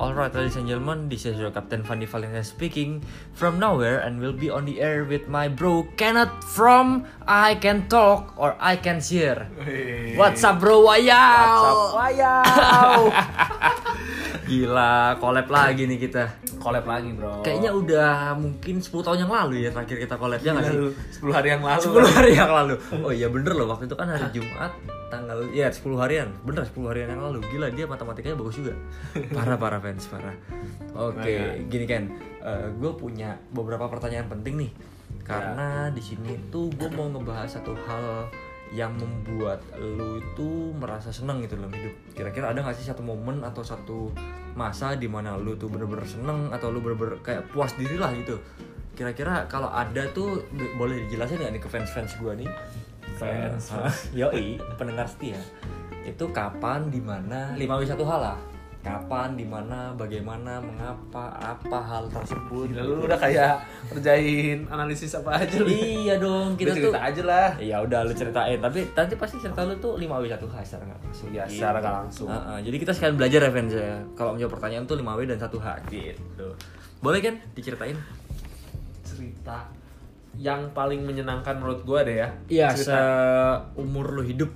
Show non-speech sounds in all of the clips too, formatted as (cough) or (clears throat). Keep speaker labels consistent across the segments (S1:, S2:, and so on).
S1: Alright, ladies and gentlemen, this is your Captain Fanny Valentine speaking from nowhere and will be on the air with my bro Kenneth from I Can Talk or I Can Hear. What's up bro,
S2: WhatsApp.
S1: wayau?
S2: Wayau.
S1: Gila, collab lagi nih kita.
S2: (laughs) Collab lagi, Bro.
S1: Kayaknya udah mungkin 10 tahun yang lalu ya terakhir kita collab, ya nggak sih?
S2: Lalu, 10 hari yang lalu.
S1: 10 hari yang lalu. Oh iya bener loh waktu itu kan hari Jumat tanggal ya 10 harian. Bener 10 harian yang lalu. Gila dia matematikanya bagus juga. Parah parah fans parah. Oke, gini kan. gue punya beberapa pertanyaan penting nih. Karena di sini tuh gue mau ngebahas satu hal yang membuat lu itu merasa seneng gitu dalam hidup. Kira-kira ada gak sih satu momen atau satu masa di mana lu tuh bener-bener seneng atau lu bener-bener kayak puas diri lah gitu kira-kira kalau ada tuh b- boleh dijelasin nggak nih ke fans-fans gua nih
S2: Fans.
S1: Eh, (laughs) yoi pendengar setia itu kapan di mana lima w satu hal lah kapan di mana bagaimana mengapa apa hal tersebut
S2: Gila, lu udah kayak kerjain analisis apa aja lu.
S1: (laughs) iya dong
S2: Udah
S1: kita tuh
S2: cerita aja lah.
S1: ya udah lu ceritain tapi nanti pasti cerita lu tuh 5W 1H secara nggak langsung
S2: Ya,
S1: Gitu.
S2: secara nggak langsung.
S1: Heeh, jadi kita sekalian belajar ya fans ya kalau menjawab pertanyaan tuh 5W dan 1H gitu boleh kan diceritain
S2: Cerita yang paling menyenangkan menurut gua deh ya.
S1: iya
S2: Cerita
S1: seumur lu hidup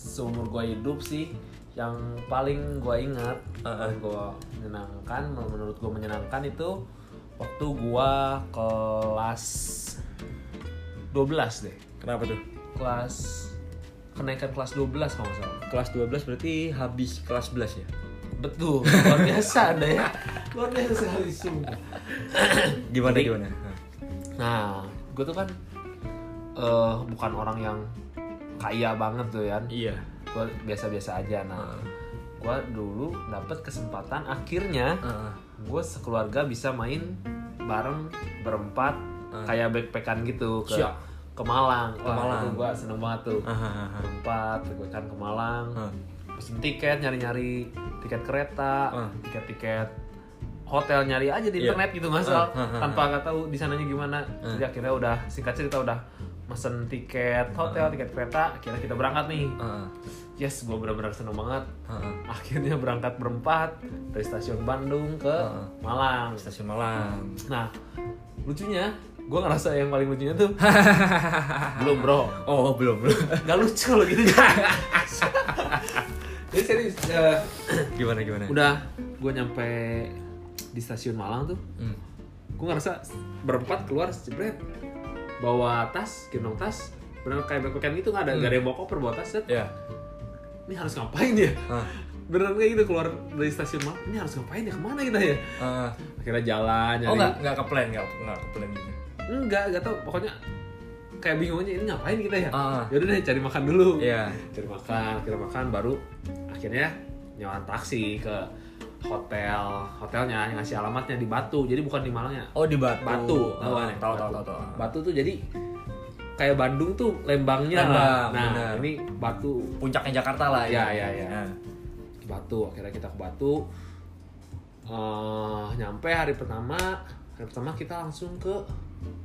S2: seumur gua hidup sih yang paling gua ingat, yang gua menyenangkan, menurut gua menyenangkan itu waktu gua kelas 12 deh.
S1: kenapa tuh
S2: Kelas kenaikan kelas 12 kalau nggak salah.
S1: kelas 12 berarti habis kelas 11 ya
S2: Betul, luar biasa Anda ya. Luar biasa sekali sumpah.
S1: gimana
S2: Jadi-
S1: gimana
S2: Nah, gue tuh kan eh bukan orang yang kaya banget tuh ya.
S1: iya
S2: Gue biasa-biasa aja. Nah, gue dulu dapet kesempatan akhirnya gue sekeluarga bisa main bareng berempat kayak backpackan gitu ke
S1: Ah. Siap.
S2: ke Malang. Ke
S1: Malang. Ah,
S2: gue seneng banget tuh. Berempat backpackan ke Malang. pesen tiket nyari-nyari tiket kereta
S1: Ah.
S2: tiket-tiket hotel nyari aja di
S1: Iya.
S2: internet gitu masal
S1: Ah, ah, ah,
S2: tanpa nggak tahu di sananya gimana jadi akhirnya udah singkat cerita udah mesen
S1: Ah,
S2: tiket hotel tiket kereta akhirnya kita berangkat nih yes gue benar-benar seneng banget akhirnya berangkat berempat dari stasiun Bandung ke
S1: Ah.
S2: Malang
S1: stasiun Malang (laughs)
S2: nah lucunya gue ngerasa yang paling lucunya tuh (laughs) belum bro
S1: oh belum (laughs) belum
S2: nggak lucu loh gitu (laughs) jadi serius eh,
S1: gimana gimana
S2: udah gue nyampe di stasiun Malang tuh
S1: Hmm.
S2: gue ngerasa berempat keluar jebret bawa tas gendong tas bener kayak backpackan gitu nggak ada nggak ada yang bawa koper bawa tas set
S1: ya
S2: ini harus ngapain ya
S1: Ah,
S2: beneran kayak gitu keluar dari stasiun Malang ini harus ngapain ya kemana kita ya
S1: ah.
S2: akhirnya jalan nyari
S1: oh nggak nggak ke plan nggak nggak ke plan gitu
S2: enggak enggak tahu pokoknya kayak bingung aja ini ngapain kita ya
S1: Ah.
S2: yaudah deh cari makan dulu
S1: Iya.
S2: cari makan cari makan baru akhirnya nyewa taksi ke hotel hotelnya yang ngasih alamatnya di Batu jadi bukan di Malang ya
S1: oh di Batu
S2: Batu
S1: tahu
S2: kan ya?
S1: tahu
S2: Batu.
S1: tahu tahu
S2: Batu tuh jadi kayak Bandung tuh Lembangnya
S1: Lembang,
S2: lah. nah
S1: bener.
S2: ini Batu
S1: puncaknya Jakarta lah
S2: Ya,
S1: ini.
S2: ya, ya.
S1: Nah.
S2: ke Batu akhirnya kita ke Batu Eh, nyampe hari pertama hari pertama kita langsung ke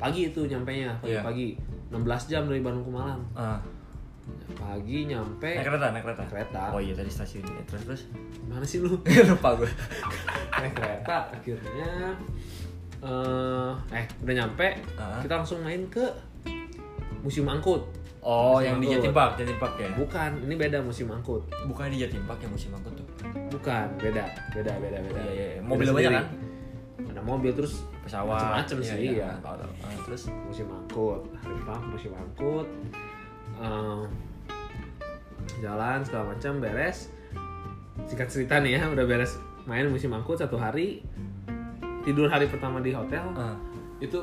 S2: pagi itu nyampe nya
S1: Iya.
S2: pagi-pagi 16 jam dari Bandung ke Malang
S1: Ah.
S2: pagi nyampe
S1: naik kereta naik kereta
S2: naik kereta Iya,
S1: oh iya tadi stasiun ya, terus
S2: (laughs)
S1: terus
S2: mana sih lu
S1: lupa gue
S2: naik kereta akhirnya eh eh udah nyampe
S1: Ah.
S2: kita langsung main ke museum angkut
S1: oh
S2: Musim
S1: yang di
S2: angkut.
S1: Jatimpak Jatimpak ya
S2: bukan ini beda museum angkut
S1: bukannya di Jatimpak yang musim angkut tuh
S2: bukan beda beda beda beda
S1: Iya, iya, iya.
S2: Beda
S1: Mobilnya banyak
S2: sendiri.
S1: kan?
S2: ada mobil terus
S1: pesawat
S2: Macem-macem sih, iya.
S1: tahu, tahu. Ah, terus
S2: musim angkut hari pertama ke musim angkut Ehm, jalan segala macam beres singkat cerita nih ya udah beres main musim angkut satu hari tidur hari pertama di hotel
S1: Ah.
S2: itu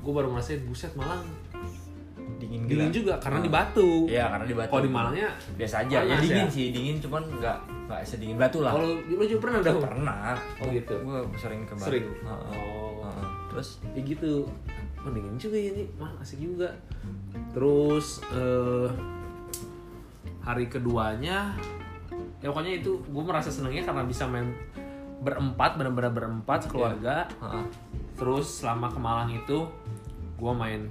S2: gue baru ngerasain buset Malang
S1: dingin gila.
S2: dingin juga karena
S1: Ah.
S2: di Batu
S1: Iya, karena di Batu.
S2: kalau di Malangnya
S1: biasa aja ya
S2: Panas
S1: dingin
S2: ya?
S1: sih dingin cuman nggak nggak sedingin batu lah
S2: kalau lu juga pernah dong
S1: pernah Ah,
S2: Oh, gitu.
S1: gue sering ke batu
S2: Sering?
S1: Heeh.
S2: Oh.
S1: Heeh. terus
S2: ya gitu oh, dingin juga ya ini mah asik juga terus eh, hari keduanya ya pokoknya itu gue merasa senengnya karena bisa main berempat benar-benar berempat keluarga
S1: heeh.
S2: terus selama ke Malang itu gue main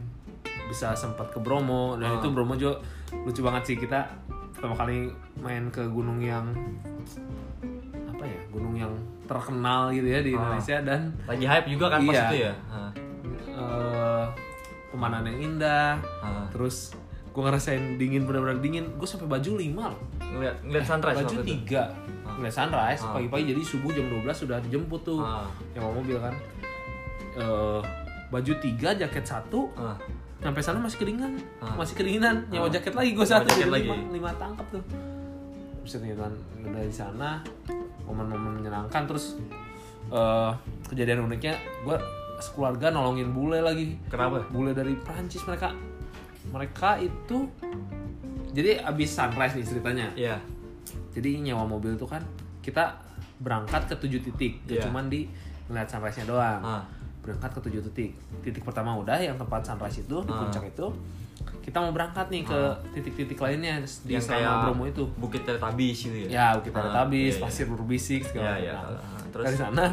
S2: bisa sempat ke Bromo dan itu Bromo juga lucu banget sih kita pertama kali main ke gunung yang apa apa ya gunung yang terkenal gitu ya
S1: Ah.
S2: di Indonesia dan
S1: lagi hype juga kan pas
S2: Iya.
S1: itu ya Hah.
S2: eh pemandangan yang indah
S1: Ah.
S2: terus gue ngerasain dingin benar-benar dingin gue sampai baju lima loh
S1: ngeliat ngeliat sunrise
S2: baju
S1: waktu itu.
S2: tiga
S1: Ah.
S2: nggak sunrise
S1: Ah.
S2: pagi-pagi jadi subuh jam 12 sudah dijemput tuh
S1: Ah.
S2: yang mau mobil kan Eh, baju tiga jaket satu
S1: Ah.
S2: sampai sana masih keringan
S1: Ah.
S2: masih keringinan nyawa
S1: Ah.
S2: jaket lagi gue
S1: Nyewa
S2: satu
S1: jaket
S2: jadi
S1: lagi.
S2: lima, lima tangkap tuh bisa ternyata udah di sana momen-momen menyenangkan terus eh, kejadian uniknya gue sekeluarga nolongin bule lagi
S1: Kenapa?
S2: bule dari Prancis mereka mereka itu jadi abis sunrise nih ceritanya
S1: Iya.
S2: jadi nyewa mobil tuh kan kita berangkat ke tujuh titik
S1: Iya.
S2: Gak cuman di ngeliat sunrise nya doang
S1: Ah.
S2: berangkat ke tujuh titik titik pertama udah yang tempat sunrise itu di
S1: Ah.
S2: puncak itu kita mau berangkat nih ke titik-titik lainnya di
S1: Yang kayak
S2: Selama Bromo itu
S1: Bukit Teletabis gitu ya.
S2: ya kita ada tabis
S1: iya, iya.
S2: pasir berbisik segala
S1: Iya, iya.
S2: macam. Nah,
S1: Ah, terus? Hmm.
S2: dari sana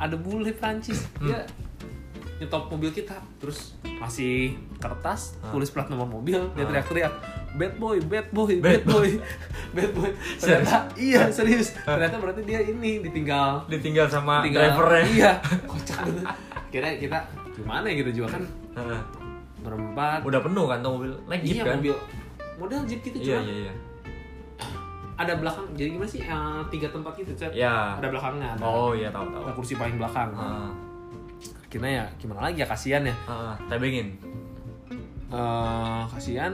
S2: ada bule Prancis dia nyetop mobil kita terus masih kertas tulis plat nomor mobil dia
S1: Ah.
S2: teriak-teriak bad boy bad boy
S1: Bad Ah.
S2: bad, boy (laughs) bad
S1: (laughs)
S2: boy ternyata iya serius ternyata berarti dia ini ditinggal
S1: Ditinggal sama
S2: ditinggal
S1: Ah, drivernya. (laughs)
S2: iya kocak banget. kira kita gimana ya kita juga kan
S1: Heeh.
S2: berempat
S1: Udah penuh kan tuh mobil. Naik jeep
S2: iya
S1: kan?
S2: mobil model jeep gitu
S1: Iya,
S2: cuma
S1: iya, iya.
S2: ada belakang jadi gimana sih eh, tiga tempat gitu Cet.
S1: Iya.
S2: ada belakangnya ada,
S1: Oh, iya tahu tahu.
S2: ada kursi paling belakang
S1: Heeh.
S2: akhirnya ya gimana lagi ya kasihan ya
S1: Heeh, tebengin.
S2: Eh, kasihan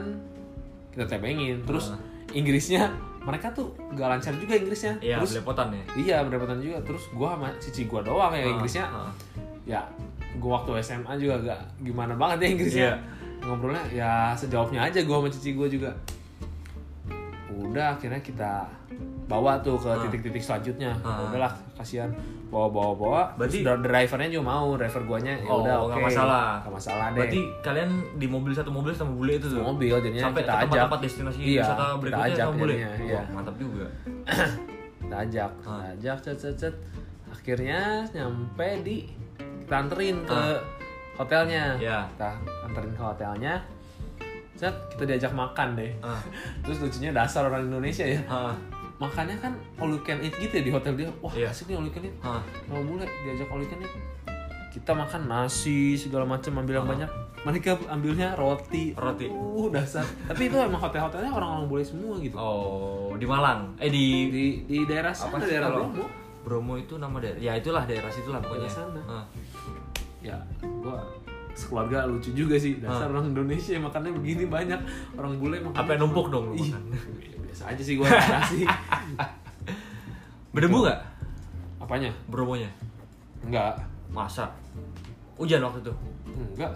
S2: kita tebengin terus Inggrisnya mereka tuh gak lancar juga Inggrisnya
S1: Iya,
S2: terus
S1: belepotan ya.
S2: iya berdapatan juga terus gua sama cici gua doang ya
S1: Ah,
S2: Inggrisnya
S1: ah.
S2: ya gua waktu SMA juga gak gimana banget ya Inggrisnya
S1: Iya.
S2: ngobrolnya ya sejauhnya aja gua sama cici gua juga udah akhirnya kita bawa tuh ke titik-titik selanjutnya
S1: Ah.
S2: udahlah kasihan bawa bawa bawa
S1: Berarti-
S2: terus drivernya juga mau driver guanya ya
S1: Oh,
S2: udah
S1: nggak
S2: oke.
S1: masalah.
S2: Nggak masalah deh
S1: Berarti kalian di mobil satu mobil sama bule itu tuh.
S2: mobil jadinya
S1: sampai
S2: kita
S1: ke
S2: ajak
S1: tempat-tempat destinasi
S2: iya,
S1: wisata berikutnya Oh.
S2: kita ajak
S1: sama bule.
S2: jadinya,
S1: Wah,
S2: iya.
S1: mantap juga.
S2: (coughs) kita ajak kita
S1: Ah.
S2: ajak cet cet cet akhirnya nyampe di kita anterin ke hotelnya
S1: Ah. Iya.
S2: kita anterin ke hotelnya cet kita diajak makan deh
S1: Ah.
S2: (laughs) terus lucunya dasar orang Indonesia ya
S1: Heeh.
S2: makannya kan all you can eat gitu ya di hotel dia wah
S1: Iya.
S2: asik nih all you can eat
S1: Heeh.
S2: mau bule diajak all you can eat kita makan nasi segala macam ambil yang banyak mereka ambilnya roti
S1: Ah. Roti.
S2: uh dasar tapi itu emang hotel-hotelnya orang-orang bule semua gitu
S1: Oh, di Malang. Eh di
S2: di di daerah
S1: apa
S2: sana
S1: sih
S2: daerah
S1: kalau-
S2: Bromo
S1: Bromo itu nama daerah. Ya itulah daerah situlah pokoknya.
S2: Daerah sana.
S1: Heeh.
S2: ya gua sekeluarga lucu juga sih dasar orang Indonesia makannya begini banyak orang bule makan
S1: Apa yang numpuk dong lu
S2: Ih,
S1: makan?
S2: biasa aja sih gua makan nasi
S1: (laughs) Berdebu nggak
S2: apanya
S1: Bromonya?
S2: enggak
S1: Masa? Hujan waktu itu.
S2: enggak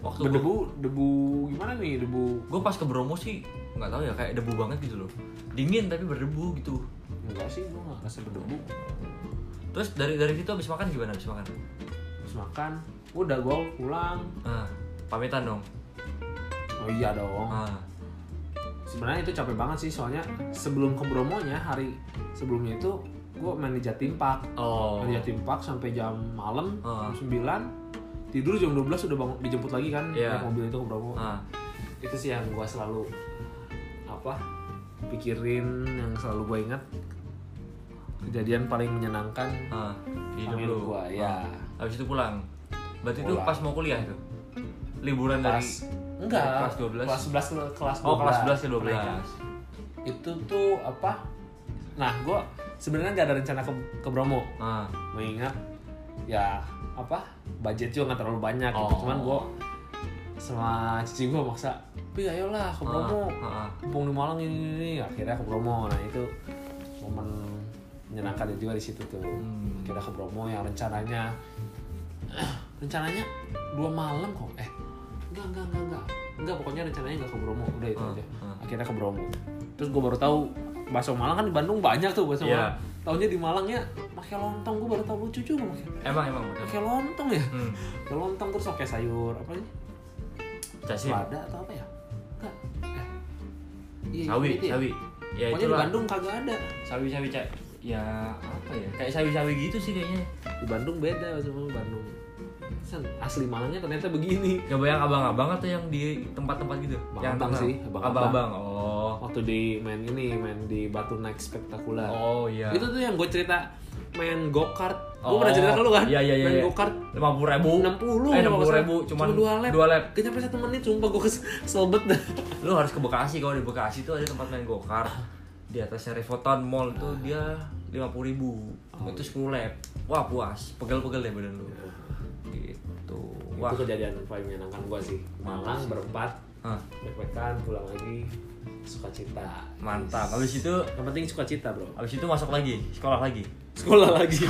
S1: Waktu
S2: berdebu debu gimana nih debu
S1: Gue pas ke Bromo sih nggak tahu ya kayak debu banget gitu loh. Dingin tapi berdebu gitu.
S2: enggak sih gua nggak rasa berdebu
S1: Terus dari dari situ habis makan gimana habis makan?
S2: terus makan udah gua pulang
S1: Ah, pamitan dong.
S2: oh iya dong
S1: Ah,
S2: sebenarnya itu capek banget sih soalnya sebelum ke Bromonya hari sebelumnya itu gua main di Jatim Park
S1: Oh.
S2: Kerja tim park sampai jam malam
S1: Ah.
S2: jam 9 tidur jam 12 udah bangun dijemput lagi kan
S1: Iya.
S2: naik mobil itu ke Bromo.
S1: Ah,
S2: Itu sih yang gua selalu apa? pikirin yang selalu gua ingat kejadian paling menyenangkan
S1: ah, di
S2: Panggil
S1: dulu. Ah,
S2: gua, ya.
S1: Habis itu pulang. Berarti itu
S2: Pulang.
S1: pas mau kuliah itu. Liburan Kan
S2: pas
S1: dari
S2: enggak
S1: kelas 12.
S2: kelas 11 ke- kelas 12
S1: Oh, kelas 11 ke 12.
S2: kenaikan. itu tuh apa nah gua sebenarnya nggak ada rencana ke, ke Bromo
S1: Ah,
S2: mengingat ya apa budget juga nggak terlalu banyak gitu
S1: Oh.
S2: cuman gue sama cici gue maksa tapi ayolah ke Bromo
S1: ah, ah.
S2: mumpung di Malang ini, ini, ini." akhirnya ke Bromo nah itu momen menyenangkan juga di situ tuh
S1: Hmm.
S2: akhirnya ke Bromo yang rencananya (clears throat) rencananya dua malam kok eh enggak enggak enggak enggak enggak pokoknya rencananya enggak ke Bromo udah itu
S1: Ah,
S2: aja
S1: ah.
S2: akhirnya ke Bromo terus gue baru tahu bakso Malang kan di Bandung banyak tuh bakso
S1: Iya.
S2: Malang tahunya di Malang ya pakai lontong gue baru tahu lucu juga pakai
S1: Emang emang. emang.
S2: pakai lontong ya
S1: Hmm.
S2: pakai lontong terus pakai sayur apa sih
S1: Casim.
S2: selada atau apa ya enggak eh. Iya,
S1: Sawi,
S2: gitu ya?
S1: sawi. Ya
S2: Pokoknya di
S1: itulah.
S2: Bandung kagak ada.
S1: Sawi-sawi cak. Ya apa ya? Kayak sawi-sawi gitu sih kayaknya.
S2: Di Bandung beda sama Bandung. San, asli Malangnya ternyata begini.
S1: Gak bayang abang-abang atau yang di tempat-tempat gitu? Yang
S2: Abang-abang
S1: terkenal?
S2: sih, abang-abang.
S1: abang-abang. Oh.
S2: Waktu waktu di main ini main di Batu Naik Spektakular
S1: Oh iya.
S2: Nah. itu tuh yang gue cerita main go kart gue
S1: Oh,
S2: pernah cerita ke lu kan
S1: Iya iya iya.
S2: main go kart
S1: lima puluh ribu.
S2: 60
S1: Eh
S2: kalau
S1: enam
S2: nggak salah.
S1: ribu cuman
S2: dua lap
S1: Dua lap.
S2: gak nyampe satu menit sumpah gue kesel, kesel banget dah.
S1: Lu harus ke Bekasi kalau di Bekasi tuh ada tempat main go kart. Di atasnya Revotan Mall tuh dia lima puluh ribu.
S2: Oh,
S1: Itu
S2: iya.
S1: sepuluh lap. Wah puas. Pegel-pegel deh badan lu. Gitu. Wah.
S2: itu kejadian yang paling menyenangkan gue sih malang berempat
S1: Hah,
S2: backpackan pulang lagi suka cita
S1: mantap. Habis itu
S2: yang penting suka cita bro
S1: habis itu masuk lagi sekolah lagi.
S2: sekolah lagi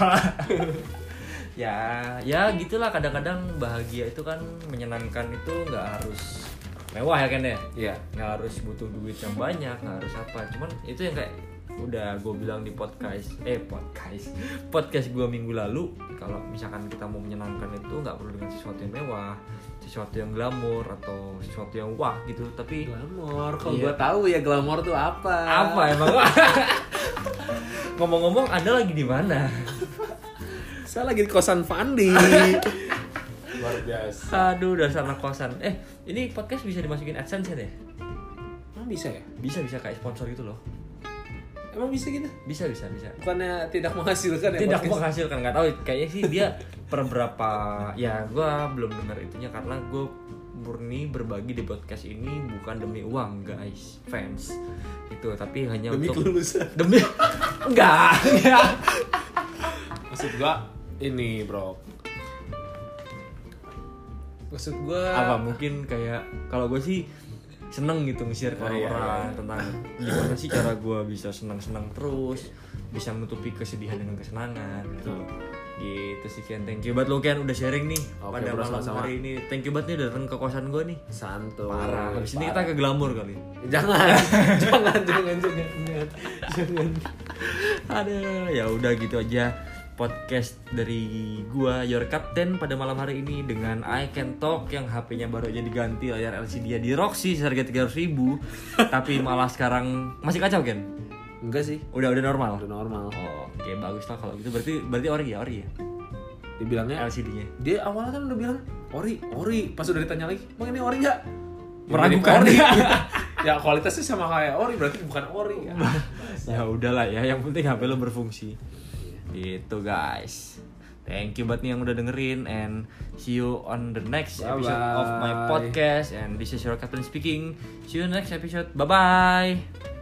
S1: (laughs) ya ya gitulah kadang-kadang bahagia itu kan menyenangkan itu nggak harus mewah ya kan ya
S2: Iya.
S1: nggak harus butuh duit yang banyak nggak harus apa cuman itu yang kayak udah gue bilang di podcast eh podcast (laughs) podcast gue minggu lalu kalau misalkan kita mau menyenangkan itu nggak perlu dengan sesuatu yang mewah sesuatu yang glamor atau sesuatu yang wah gitu tapi
S2: Glamor, kalau
S1: Iya.
S2: gua tahu ya glamor tuh apa?
S1: apa emang (laughs) ngomong-ngomong anda lagi di mana
S2: Saya lagi di kosan Fandi. Luar biasa.
S1: aduh dasar anak kosan eh ini podcast bisa dimasukin adsense kan ya
S2: Emang bisa ya?
S1: bisa bisa kayak sponsor gitu loh
S2: Emang bisa gitu?
S1: bisa bisa bisa
S2: Bukannya tidak menghasilkan ya?
S1: tidak
S2: podcast?
S1: menghasilkan nggak tahu kayaknya sih dia per berapa ya gua belum dengar itunya karena gue murni berbagi di podcast ini bukan demi uang guys fans itu tapi hanya
S2: demi
S1: untuk
S2: kelulusan.
S1: demi (laughs) enggak enggak
S2: Maksud gua ini bro. Maksud gua
S1: apa mungkin kayak kalau gue sih seneng gitu nge-share ke
S2: Oh, iya,
S1: orang tentang gimana sih cara gue bisa senang-senang terus bisa menutupi kesedihan dengan kesenangan gitu gitu sih Ken thank you banget lo Ken udah sharing nih
S2: Oke,
S1: pada
S2: bro,
S1: malam
S2: sama-sama.
S1: hari ini thank you banget nih udah datang ke kosan gue nih
S2: santuy.
S1: parah habis ini kita ke glamor kali
S2: Jangan, (laughs) jangan, jangan, jangan, jangan, jangan.
S1: ada ya udah gitu aja podcast dari gua Your Captain pada malam hari ini dengan I Can Talk yang HP-nya baru aja diganti layar LCD-nya di Roxy seharga 300 ribu tapi malah sekarang masih kacau kan
S2: Enggak sih,
S1: udah udah normal
S2: udah normal.
S1: oke bagus lah kalau gitu berarti berarti ori ya ori ya
S2: Dibilangnya
S1: LCD-nya
S2: dia awalnya kan udah bilang ori, ori. Pas udah ditanya lagi, bang ini ori nggak? Ya,
S1: Meragukan.
S2: mirip ori. ya kualitasnya sama kayak ori berarti bukan ori.
S1: (laughs)
S2: Ya.
S1: ya udahlah ya yang penting HP lo berfungsi
S2: Iya.
S1: gitu guys thank you banget nih yang udah dengerin and see you on the next episode
S2: Bye-bye.
S1: of my podcast and this is your captain speaking see you next episode bye bye